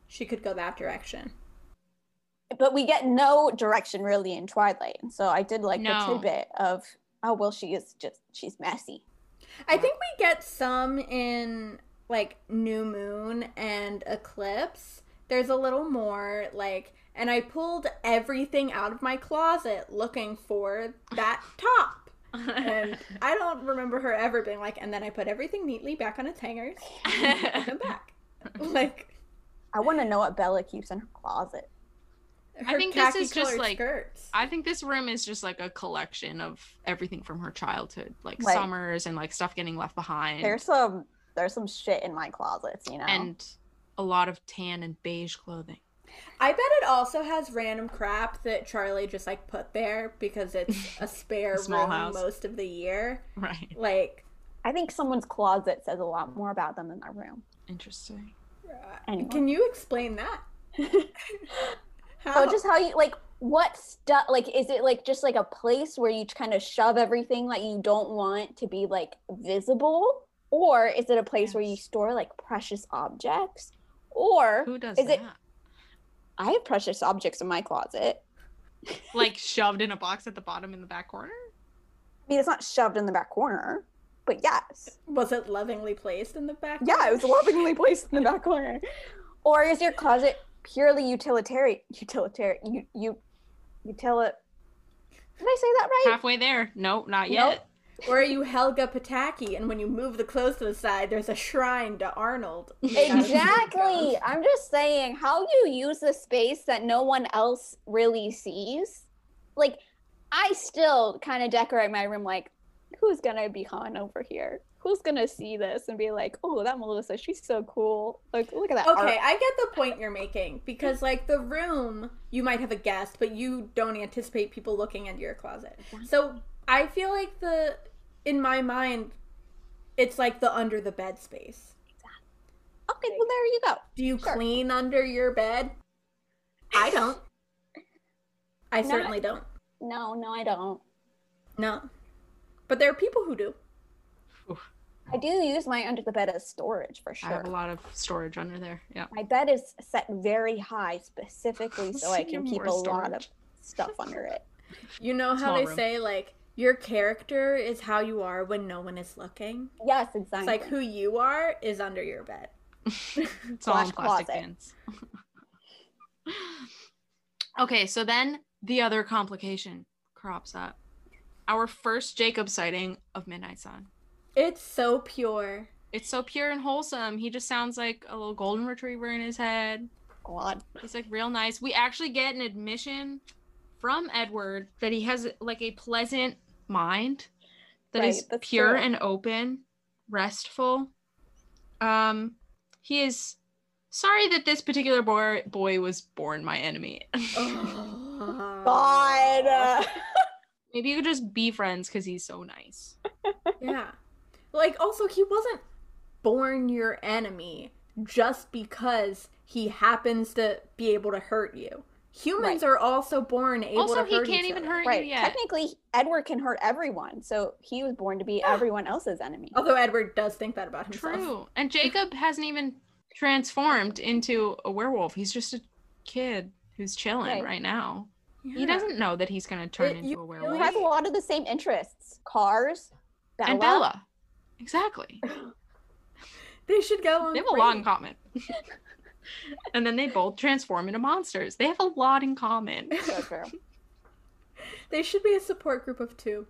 She could go that direction. But we get no direction really in Twilight and so I did like No. the tidbit of oh well she is just she's messy. I think we get some in like New Moon and Eclipse. There's a little more like, and I pulled everything out of my closet looking for <laughs> that top. And I don't remember her ever being like, and then I put everything neatly back on its hangers and <laughs> put them back. Like, I want to know what Bella keeps in her closet. her think this is just, khaki-colored like, skirts. <laughs> I think this room is just like a collection of everything from her childhood, like Right. summers and like stuff getting left behind. There's some there's some shit in my closets, you know. and a lot of tan and beige clothing. <laughs> I bet it also has random crap that Charlie just like put there because <laughs> it's a spare Small room house. most of the year. Right. Like, I think someone's closet says a lot more about them than their room. Interesting. uh, Anyway. Can you explain <laughs> that? How? Oh, just how you like what stuff? Like, is it like just like a place where you kind of shove everything that you don't want to be like visible, or is it a place where you Yes. store like precious objects? Or Who does Is that? it- I have precious objects in my closet. Like shoved in a box at the bottom in the back corner? I mean, it's not shoved in the back corner, but yes, was it lovingly placed in the back? yeah, it was lovingly placed in the back corner. Or is your closet purely utilitarian? Utilitarian? You you utili? Did I say that right? Halfway there. No, not yet. Or are you Helga Pataki? And when you move the clothes to the side, there's a shrine to <laughs> Arnold. You gotta keep it going. Exactly. I'm just saying how you use a space that no one else really sees. Like, I still kind of decorate my room like, who's gonna be on over here? Who's gonna see this and be like, oh, that Melissa, she's so cool. Like, look at that. art." Okay, I get the point you're making because, like, the room, you might have a guest, but you don't anticipate people looking into your closet. So I feel like the, in my mind, it's like the under the bed space. Okay, well there you go. Do you Sure. clean under your bed? I don't. I No, certainly don't. No, no, I don't. No. But there are people who do. I do use my under the bed as storage for I have a sure. lot of storage under there. Yeah. My bed is set very high specifically so I See, can more keep a lot of storage. stuff under it. You know how Small they room. say, like, your character is how you are when no one is looking? Yes, exactly. It's like who you are is under your bed. It's all in Slash plastic closet. pans. <laughs> okay, so then the other complication crops up. Our first Jacob sighting of Midnight Sun. It's so pure. It's so pure and wholesome. He just sounds like a little golden retriever in his head. God. He's like real nice. We actually get an admission from Edward that he has like a pleasant mind that is Right, that's pure true. and open, restful. Um he is sorry that this particular boy boy was born my enemy. Oh. God. <laughs> <laughs> Maybe you could just be friends cuz he's so nice. Yeah. Like also he wasn't born your enemy just because he happens to be able to hurt you. humans are also born able also, to he hurt can't each even other. hurt Right. you yet. Technically, Edward can hurt everyone, so he was born to be everyone else's enemy. Although Edward does think that about himself. True. And Jacob hasn't even transformed into a werewolf. He's just a kid who's chilling Right. right, now. He Yeah. doesn't know that he's going to turn It- you into a really werewolf. We have a lot of the same interests: cars, Bella. And Bella. Exactly. They should go on. They have a break. lot in common. <laughs> and then they both transform into monsters. They have a lot in common. <laughs> <laughs> So true. They should be a support group of two.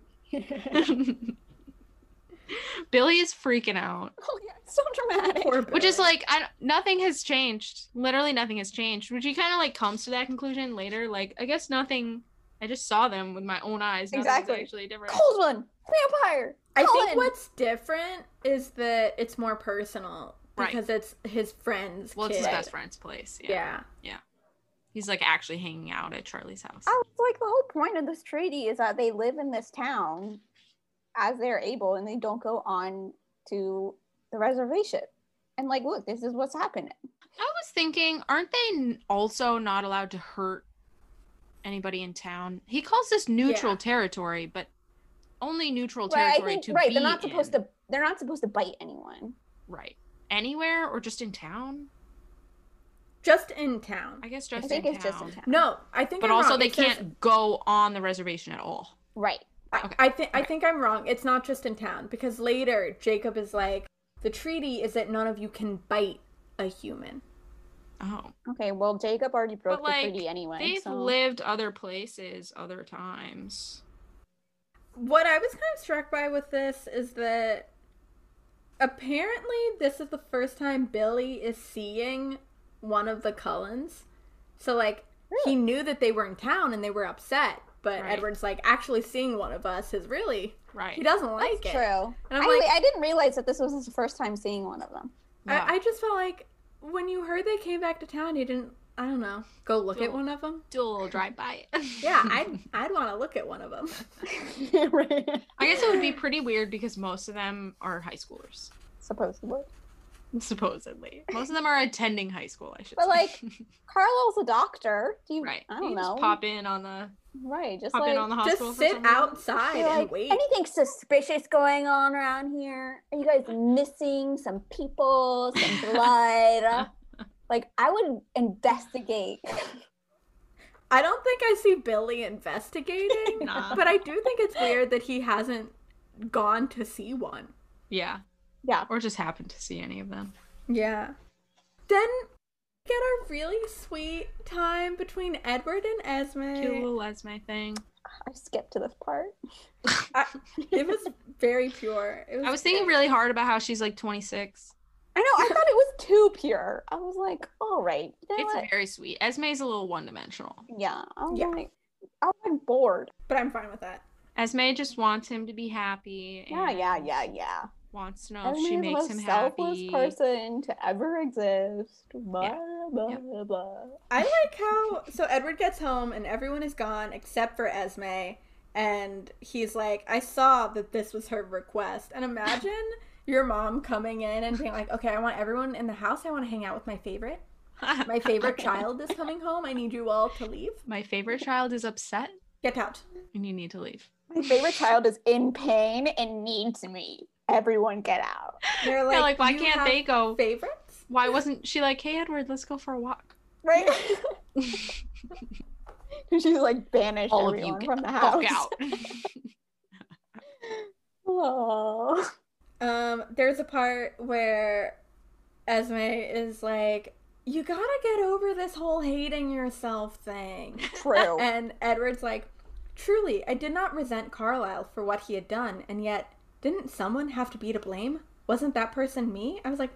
Billy is freaking out, Oh yeah, it's so dramatic. Poor which is Billy. like I don't- nothing has changed. Literally nothing has changed, which he kind of like comes to that conclusion later. Like I guess nothing. I just saw them with my own eyes. Nothing's Exactly. Actually different. Cold one, vampire. I think Colin! what's different is that it's more personal Right. because it's his friend's Well, kid. it's his best friend's place. Yeah. Yeah. He's like actually hanging out at Charlie's house. I was like, the whole point of this treaty is that they live in this town as they're able and they don't go on to the reservation. And like, look, this is what's happening. I was thinking, aren't they n- also not allowed to hurt anybody in town? He calls this neutral Yeah. territory, but only neutral Right, I territory think to right, be they're not supposed in. to they're not supposed to bite anyone. right anywhere or just in town. Just in town. I guess just I think in it's town. just in town. No, I think. But I'm also, wrong. they It says- can't go on the reservation at all. Right. I, okay. I think I Alright. think I'm wrong. It's not just in town because later Jacob is like, the treaty is that none of you can bite a human. Oh, Okay, well Jacob already broke like, the treaty anyway. they've so- lived other places, other times. What I was kind of struck by with this is that apparently this is the first time Billy is seeing one of the Cullens. So like he knew that they were in town and they were upset, but Right. Edward's like actually seeing one of us is really Right. he doesn't like That's it. true. And I'm I, like- I didn't realize that this was his first time seeing one of them. <laughs> Yeah. I, I just felt like when you heard they came back to town, you didn't. I don't know. Go look at Don't- one of them. do a little drive by. <laughs> Yeah, I'd I'd want to look at one of them. right. <laughs> I guess it would be pretty weird because most of them are high schoolers. Supposedly. supposedly. Most of them are attending high school, I should But, say. like, Carlisle's a doctor. Do you <laughs> right. I don't you know. Just pop in on the right, just pop like in on the hospital. Just for sit some reason. outside They're and like, wait. anything suspicious going on around here? Are you guys missing some people, some <laughs> blood? like, I would investigate. I don't think I see Billy investigating, <laughs> <laughs> Nah. but I do think it's weird that he hasn't gone to see one. Yeah. Yeah. Or just happen to see any of them. Yeah. Then we get a really sweet time between Edward and Esme. Cute little Esme thing. I skipped to this part. It was very pure. It was <laughs> I was thinking great. really hard about how she's like 26. I know, I thought it was too pure. I was like, all right. You know It's what? very sweet. Esme's a little one dimensional. yeah. I was Yeah. like, I was bored. but I'm fine with that. Esme just wants him to be happy. Yeah, and yeah, Oh, yeah, yeah. Wants to know Esme if she is the makes him most selfless happy. person to ever exist. Blah, blah, Yep. blah. I like how so Edward gets home and everyone is gone except for Esme and he's like I saw that this was her request and <laughs> imagine your mom coming in and being like okay I want everyone in the house I want to hang out with my favorite my favorite child is coming home I need you all to leave <laughs> My favorite child is upset get out and you need to leave. My favorite child is in pain and needs me. Everyone get out. they're like, They're like, why "You can't have they go? favorites Why wasn't she like, hey, Edward, let's go for <laughs> a walk? <laughs> Right? She's like banished All of you everyone get from the the house. fuck <laughs> out. <laughs> Oh. um there's a part where Esme is like you gotta get over this whole hating yourself thing True. <laughs> And Edward's like, Truly, I did not resent Carlyle for what he had done, and yet, didn't someone have to be to blame? Wasn't that person me? I was like,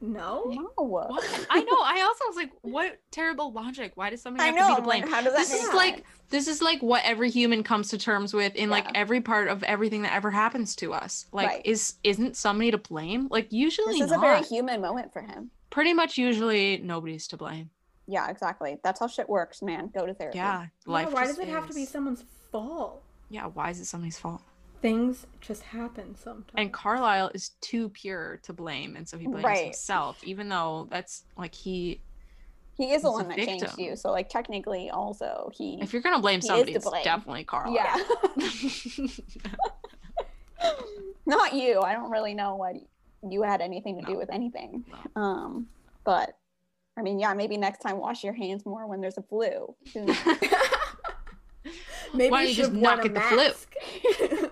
No. no. What? <laughs> I know. I also was like, what terrible logic? Why does somebody I have know. to be I'm to blame? like, how does that this make is sense? like this is like what every human comes to terms with in like Yeah. every part of everything that ever happens to us. Like, Right. is isn't somebody to blame? Like, usually This is not. a very human moment for him. Pretty much, usually nobody's to blame. Yeah, exactly. That's how shit works, man. Go to therapy. Yeah, life. yeah, why just does it have to be is. someone's fault? Yeah, why is it somebody's fault? Things just happen sometimes. And Carlisle is too pure to blame, and so he blames Right. himself, even though that's like he He is the He's a one that changed victim. you. So like technically also he If you're gonna blame He is somebody, to it's blame. <laughs> definitely Carl. Yeah. <laughs> <laughs> Not you. I don't really know what you had anything to do No. with anything. Um but I mean, yeah, maybe next time wash your hands more when there's a flu. Who knows? <laughs> Maybe Why don't you you should just wear not a get the flu? mask.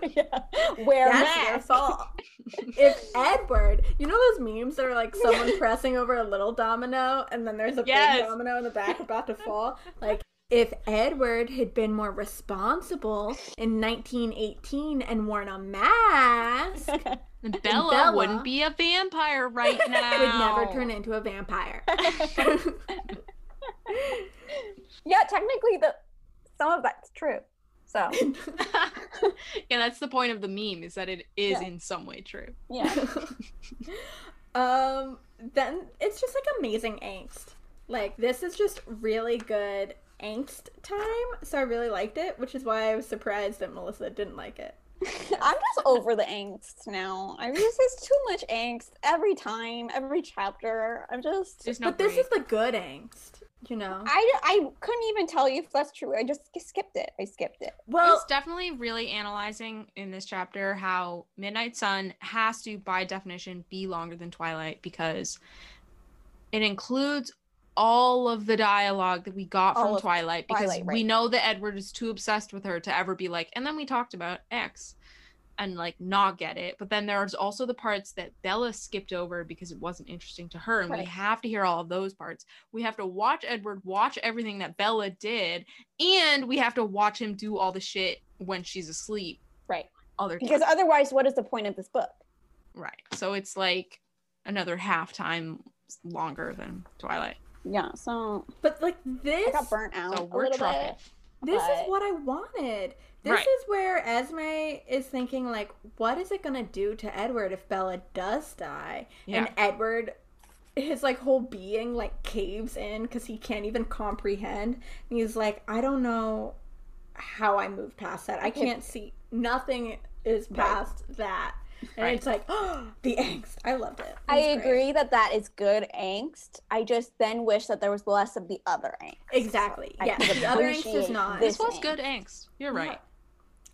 <laughs> <laughs> yeah. Wear That's your masks. fault. <laughs> if Edward, you know those memes that are like someone pressing over a little domino and then there's a big Yes. domino in the back about to fall? Like, if Edward had been more responsible in 1918 and worn a <laughs> mask, would Bella, Bella wouldn't be a <laughs> vampire right now. never turn into a vampire. <laughs> yeah, technically the some of that's true. So <laughs> yeah, that's the point of the meme is that it is Yeah. in some way true. <laughs> yeah. um, then it's just like amazing angst. Like this is just really good angst time, so I really liked it, which is why I was surprised that Melissa didn't like it. I'm just over the angst now. I just there's too much angst every time, every chapter. I'm just There's no but this break. is the good angst, you know. I, I couldn't even tell you if that's true. I just skipped it. I skipped it. I well, was definitely really analyzing in this chapter how Midnight Sun has to, by definition, be longer than Twilight because it includes all of the dialogue that we got All from of Twilight because Twilight, we right. know that Edward is too obsessed with her to ever be like, and then we talked about X and like not get it. But then there's also the parts that Bella skipped over because it wasn't interesting to her. And we Right. have to hear all of those parts. We have to watch Edward watch everything that Bella did, and we have to watch him do all the shit when she's asleep. Right. Other Because times. otherwise, what is the point of this book? right. So it's like another half time longer than Twilight. Yeah. So but like I this, got burnt out So a we're little trucking. bit. this is but- what I wanted. This Right. is where Esme is thinking, like, what is it gonna do to Edward if Bella does die? Yeah. And Edward, his like whole being like caves in because he can't even comprehend. And he's like, I don't know how I moved past that. I can't see nothing is past that. And Right. it's like, <gasps> oh, the angst. I loved it. It I was great. agree that that is good angst. I just then wish that there was less of the other angst. Exactly. I Yeah. could The other angst is appreciate not. this This was angst. good angst. You're right.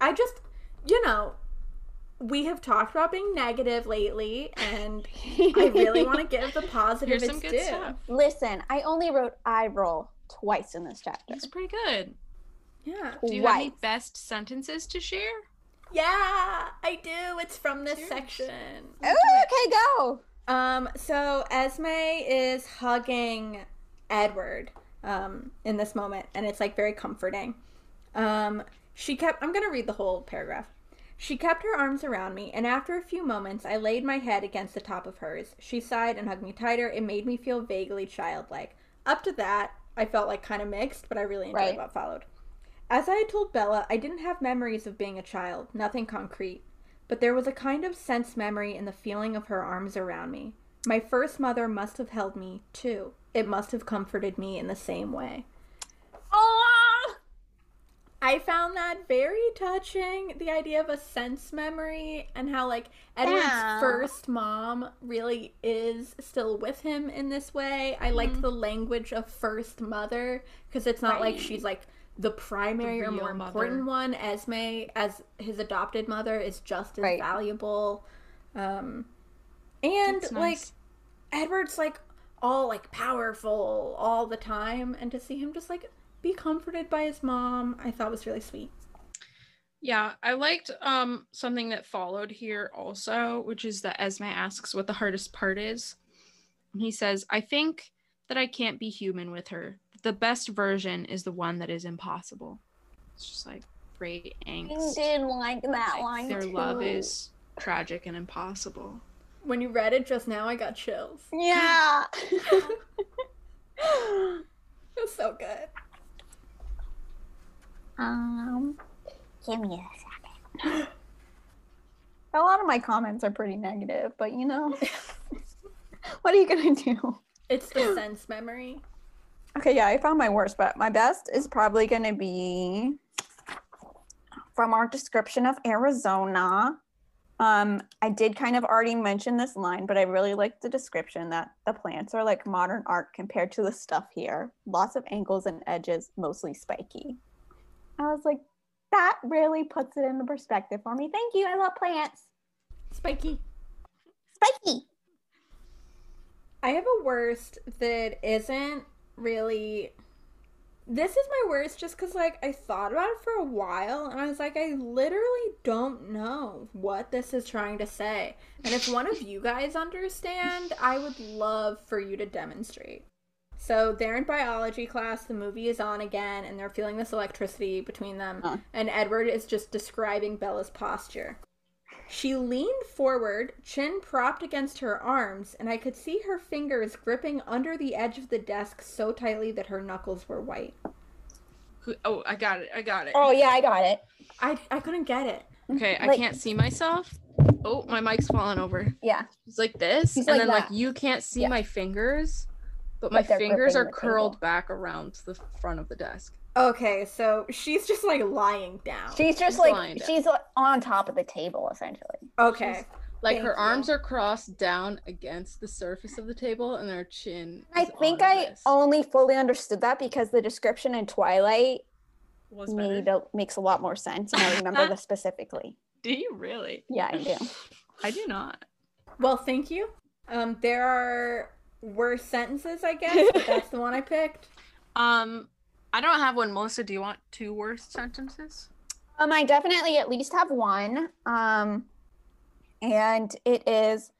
I just, you know, we have talked about being negative lately, and I <laughs> really want to give the positive Here's its some good due. stuff. <laughs> Listen, I only wrote eye roll twice in this chapter. It's pretty good. Yeah. Do you have any Twice. best sentences to share? Yeah, I do. It's from this Cheers. section. Ooh, okay, go. Um, so Esme is hugging Edward um, in this moment, and it's like very comforting. Um, she kept, I'm going to read the whole paragraph. She kept her arms around me, and after a few moments, I laid my head against the top of hers. She sighed and hugged me tighter. It made me feel vaguely childlike. Up to that, I felt like kind of mixed, but I really enjoyed Right. what followed. As I had told Bella, I didn't have memories of being a child, nothing concrete, but there was a kind of sense memory in the feeling of her arms around me. My first mother must have held me, too. It must have comforted me in the same way. Oh, I found that very touching. The idea of a sense memory and how, like, Edward's Yeah. first mom really is still with him in this way. I liked Mhm. the language of first mother because it's not like Right. she's like the primary or real more mother. important one. Esme, as his adopted mother, is just as Right. valuable. Um, and That's like nice. Edward's like all like powerful all the time, and to see him just like be comforted by his mom, I thought was really sweet. Yeah, I liked um something that followed here also, which is that Esme asks what the hardest part is. And he says, I think that I can't be human with her. The best version is the one that is impossible. It's just like great I angst. did like that Like, line. their love too. is tragic and impossible. When you read it just now, I got chills. <gasps> Yeah. It was so good. um, give me a second. A lot of my comments are pretty negative, but you know, <laughs> what are you gonna do? It's <clears throat> the sense memory. Okay, yeah, I found my worst, but my best is probably gonna be from our description of Arizona. Um, I did kind of already mention this line, but I really like the description that the plants are like modern art compared to the stuff here. Lots of angles and edges, mostly spiky. I was like, that really puts it into perspective for me. Thank you. I love plants. Spiky. Spiky. I have a worst that isn't really. This is my worst just because, like, I thought about it for a while and I was like, I literally don't know what this is trying to say. And if one of you guys understand, I would love for you to demonstrate. So they're in biology class, the movie is on again, and they're feeling this electricity between them. Huh. And Edward is just describing Bella's posture. She leaned forward, chin propped against her arms, and I could see her fingers gripping under the edge of the desk so tightly that her knuckles were white. Who- Oh, I got it. I got it. Oh yeah, I got it. I, I couldn't get it. Okay, I Like- can't see myself. Oh, my mic's falling over. Yeah. It's like this, He's and like then like that. you can't see Yeah. my fingers, but my But they're fingers gripping are the curled table. back around the front of the desk. Okay, so she's just like lying down. She's just She's lying like down. she's like, on top of the table essentially. okay. Like Thank her you. arms are crossed down against the surface of the table, and her chin. I is think on I this. only fully understood that because the description in Twilight was made better. a, makes a lot more sense, and I remember this <laughs> specifically. Do you really? Yeah, I do. I do not. Well, thank you. Um, there are worse sentences, I guess, but that's the one I <laughs> picked. Um, I don't have one. Melissa, do you want two worst sentences? Um, I definitely at least have one. Um, and it is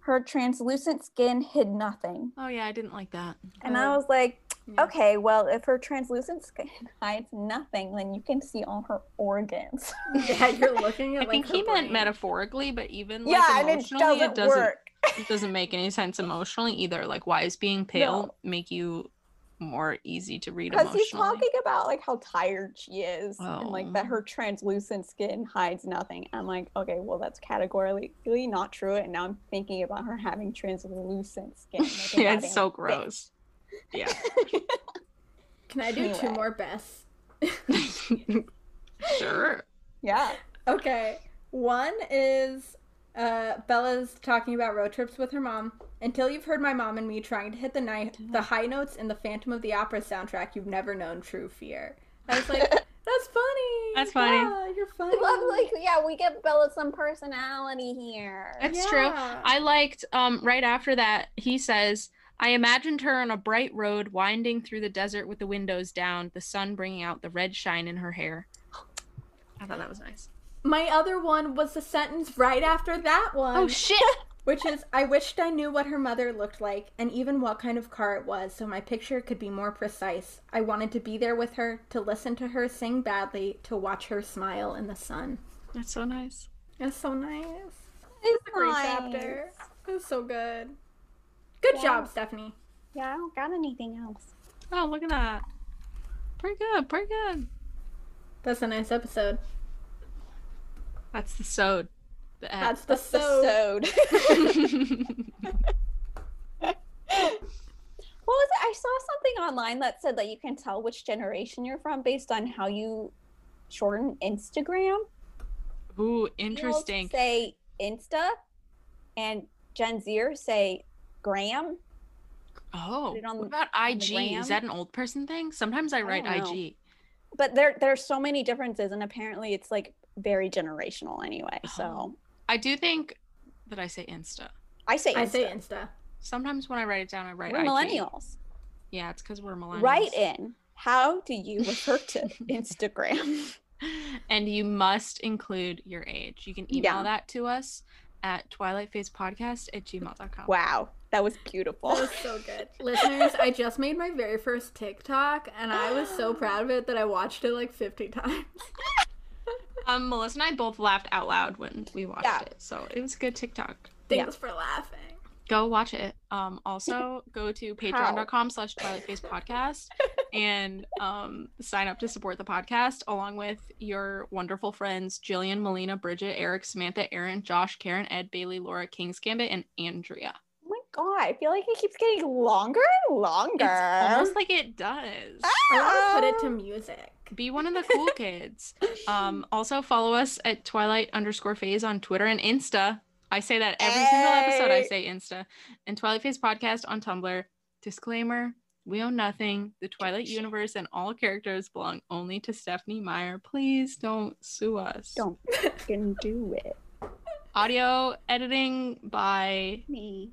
her translucent skin hid nothing. Oh yeah, I didn't like that. And I Oh, was like, yeah. okay, well, if her translucent skin <laughs> hides nothing, then you can see all her organs. Yeah, you're looking at I like think her he meant brain. metaphorically, but even like yeah, and it emotionally, doesn't, it doesn't work. it doesn't make any sense emotionally either. Like, why is being pale make you more easy to read Because emotionally? he's talking about like how tired she is and like that Oh. her translucent skin hides nothing. I'm like, okay, well that's categorically not true. And now I'm thinking about her having translucent skin. like a <laughs> yeah, goddamn <laughs> it's so bitch. gross. Yeah. <laughs> Can I do two Anyway. more bests? sure. Yeah. Okay. One is uh, Bella's talking about road trips with her mom. Until you've heard my mom and me trying to hit the ni- the high notes in the Phantom of the Opera soundtrack, you've never known true fear. I was like, that's funny. That's funny. Yeah, you're funny. I love like yeah, we give Bella some personality here. That's true. Yeah. I liked um right after that, he says, I imagined her on a bright road winding through the desert with the windows down, the sun bringing out the red shine in her hair. I thought that was nice. My other one was the sentence right after that one. Oh shit! Which is, I wished I knew what her mother looked like and even what kind of car it was so my picture could be more precise. I wanted to be there with her, to listen to her sing badly, to watch her smile in the sun. <laughs> That's so nice. That's so nice. It's Great chapter. That's so good. Good Yeah. job, Stephanie. Yeah, I don't got anything else. Oh, look at that. Pretty good, pretty good. That's a nice episode. That's the sode. The ad. That's the so. <laughs> <laughs> What was it? I saw something online that said that you can tell which generation you're from based on how you shorten Instagram. Ooh, Millennials interesting. Say Insta, and Gen Zer say Gram. Oh, put it on what the- about IG? gram. Is that an old person thing? Sometimes I write don't know. IG. But there there's so many differences, and apparently it's like very generational anyway. So Oh. I do think that I say Insta. I say Insta. I say Insta. Sometimes when I write it down, I write We're IG. millennials. Yeah, it's because we're millennials. Write in. How do you <laughs> refer to Instagram? <laughs> And you must include your age. You can email Yeah. that to us at twilightphasepodcast at gmail.com. Wow, that was beautiful. Oh. That was so good. Listeners, I just made my very first TikTok and I was so proud of it that I watched it like 50 times. Um, Melissa and I both laughed out loud when we watched Yeah. it. So it was a good TikTok. Thanks for laughing. go watch it um also go to patreon.com slash twilight face podcast and um sign up to support the podcast along with your wonderful friends jillian melina bridget eric samantha aaron josh karen ed bailey laura king's gambit and andrea Oh my god, I feel like it keeps getting longer and longer. It's almost like it does. I want to put it Oh. to music. Be one of the <laughs> cool kids. Um, also follow us at Twilight underscore phase on Twitter and Insta. I say that every single episode. I Hey. say Insta and Twilight Phase podcast on Tumblr. Disclaimer: We own nothing. The Twilight universe and all characters belong only to Stephanie Meyer. Please don't sue us. <laughs> Don't fucking do it. Audio editing by Me.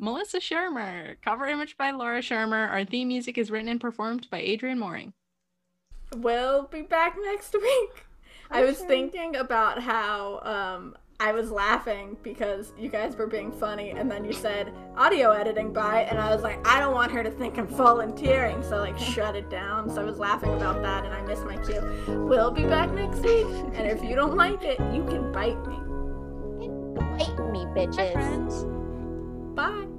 Melissa Shermer. Cover image by Laura Shermer. Our theme music is written and performed by Adrian Mooring. We'll be back next <laughs> week. I I'm was sure. thinking about how um, I was laughing because you guys were being funny, and then you said audio editing by, and I was like, I don't want her to think I'm volunteering, so like shut it down. So I was laughing about that, and I missed my cue. We'll be back next week, and if you don't like it, you can bite me. Bite me, bitches. Bye.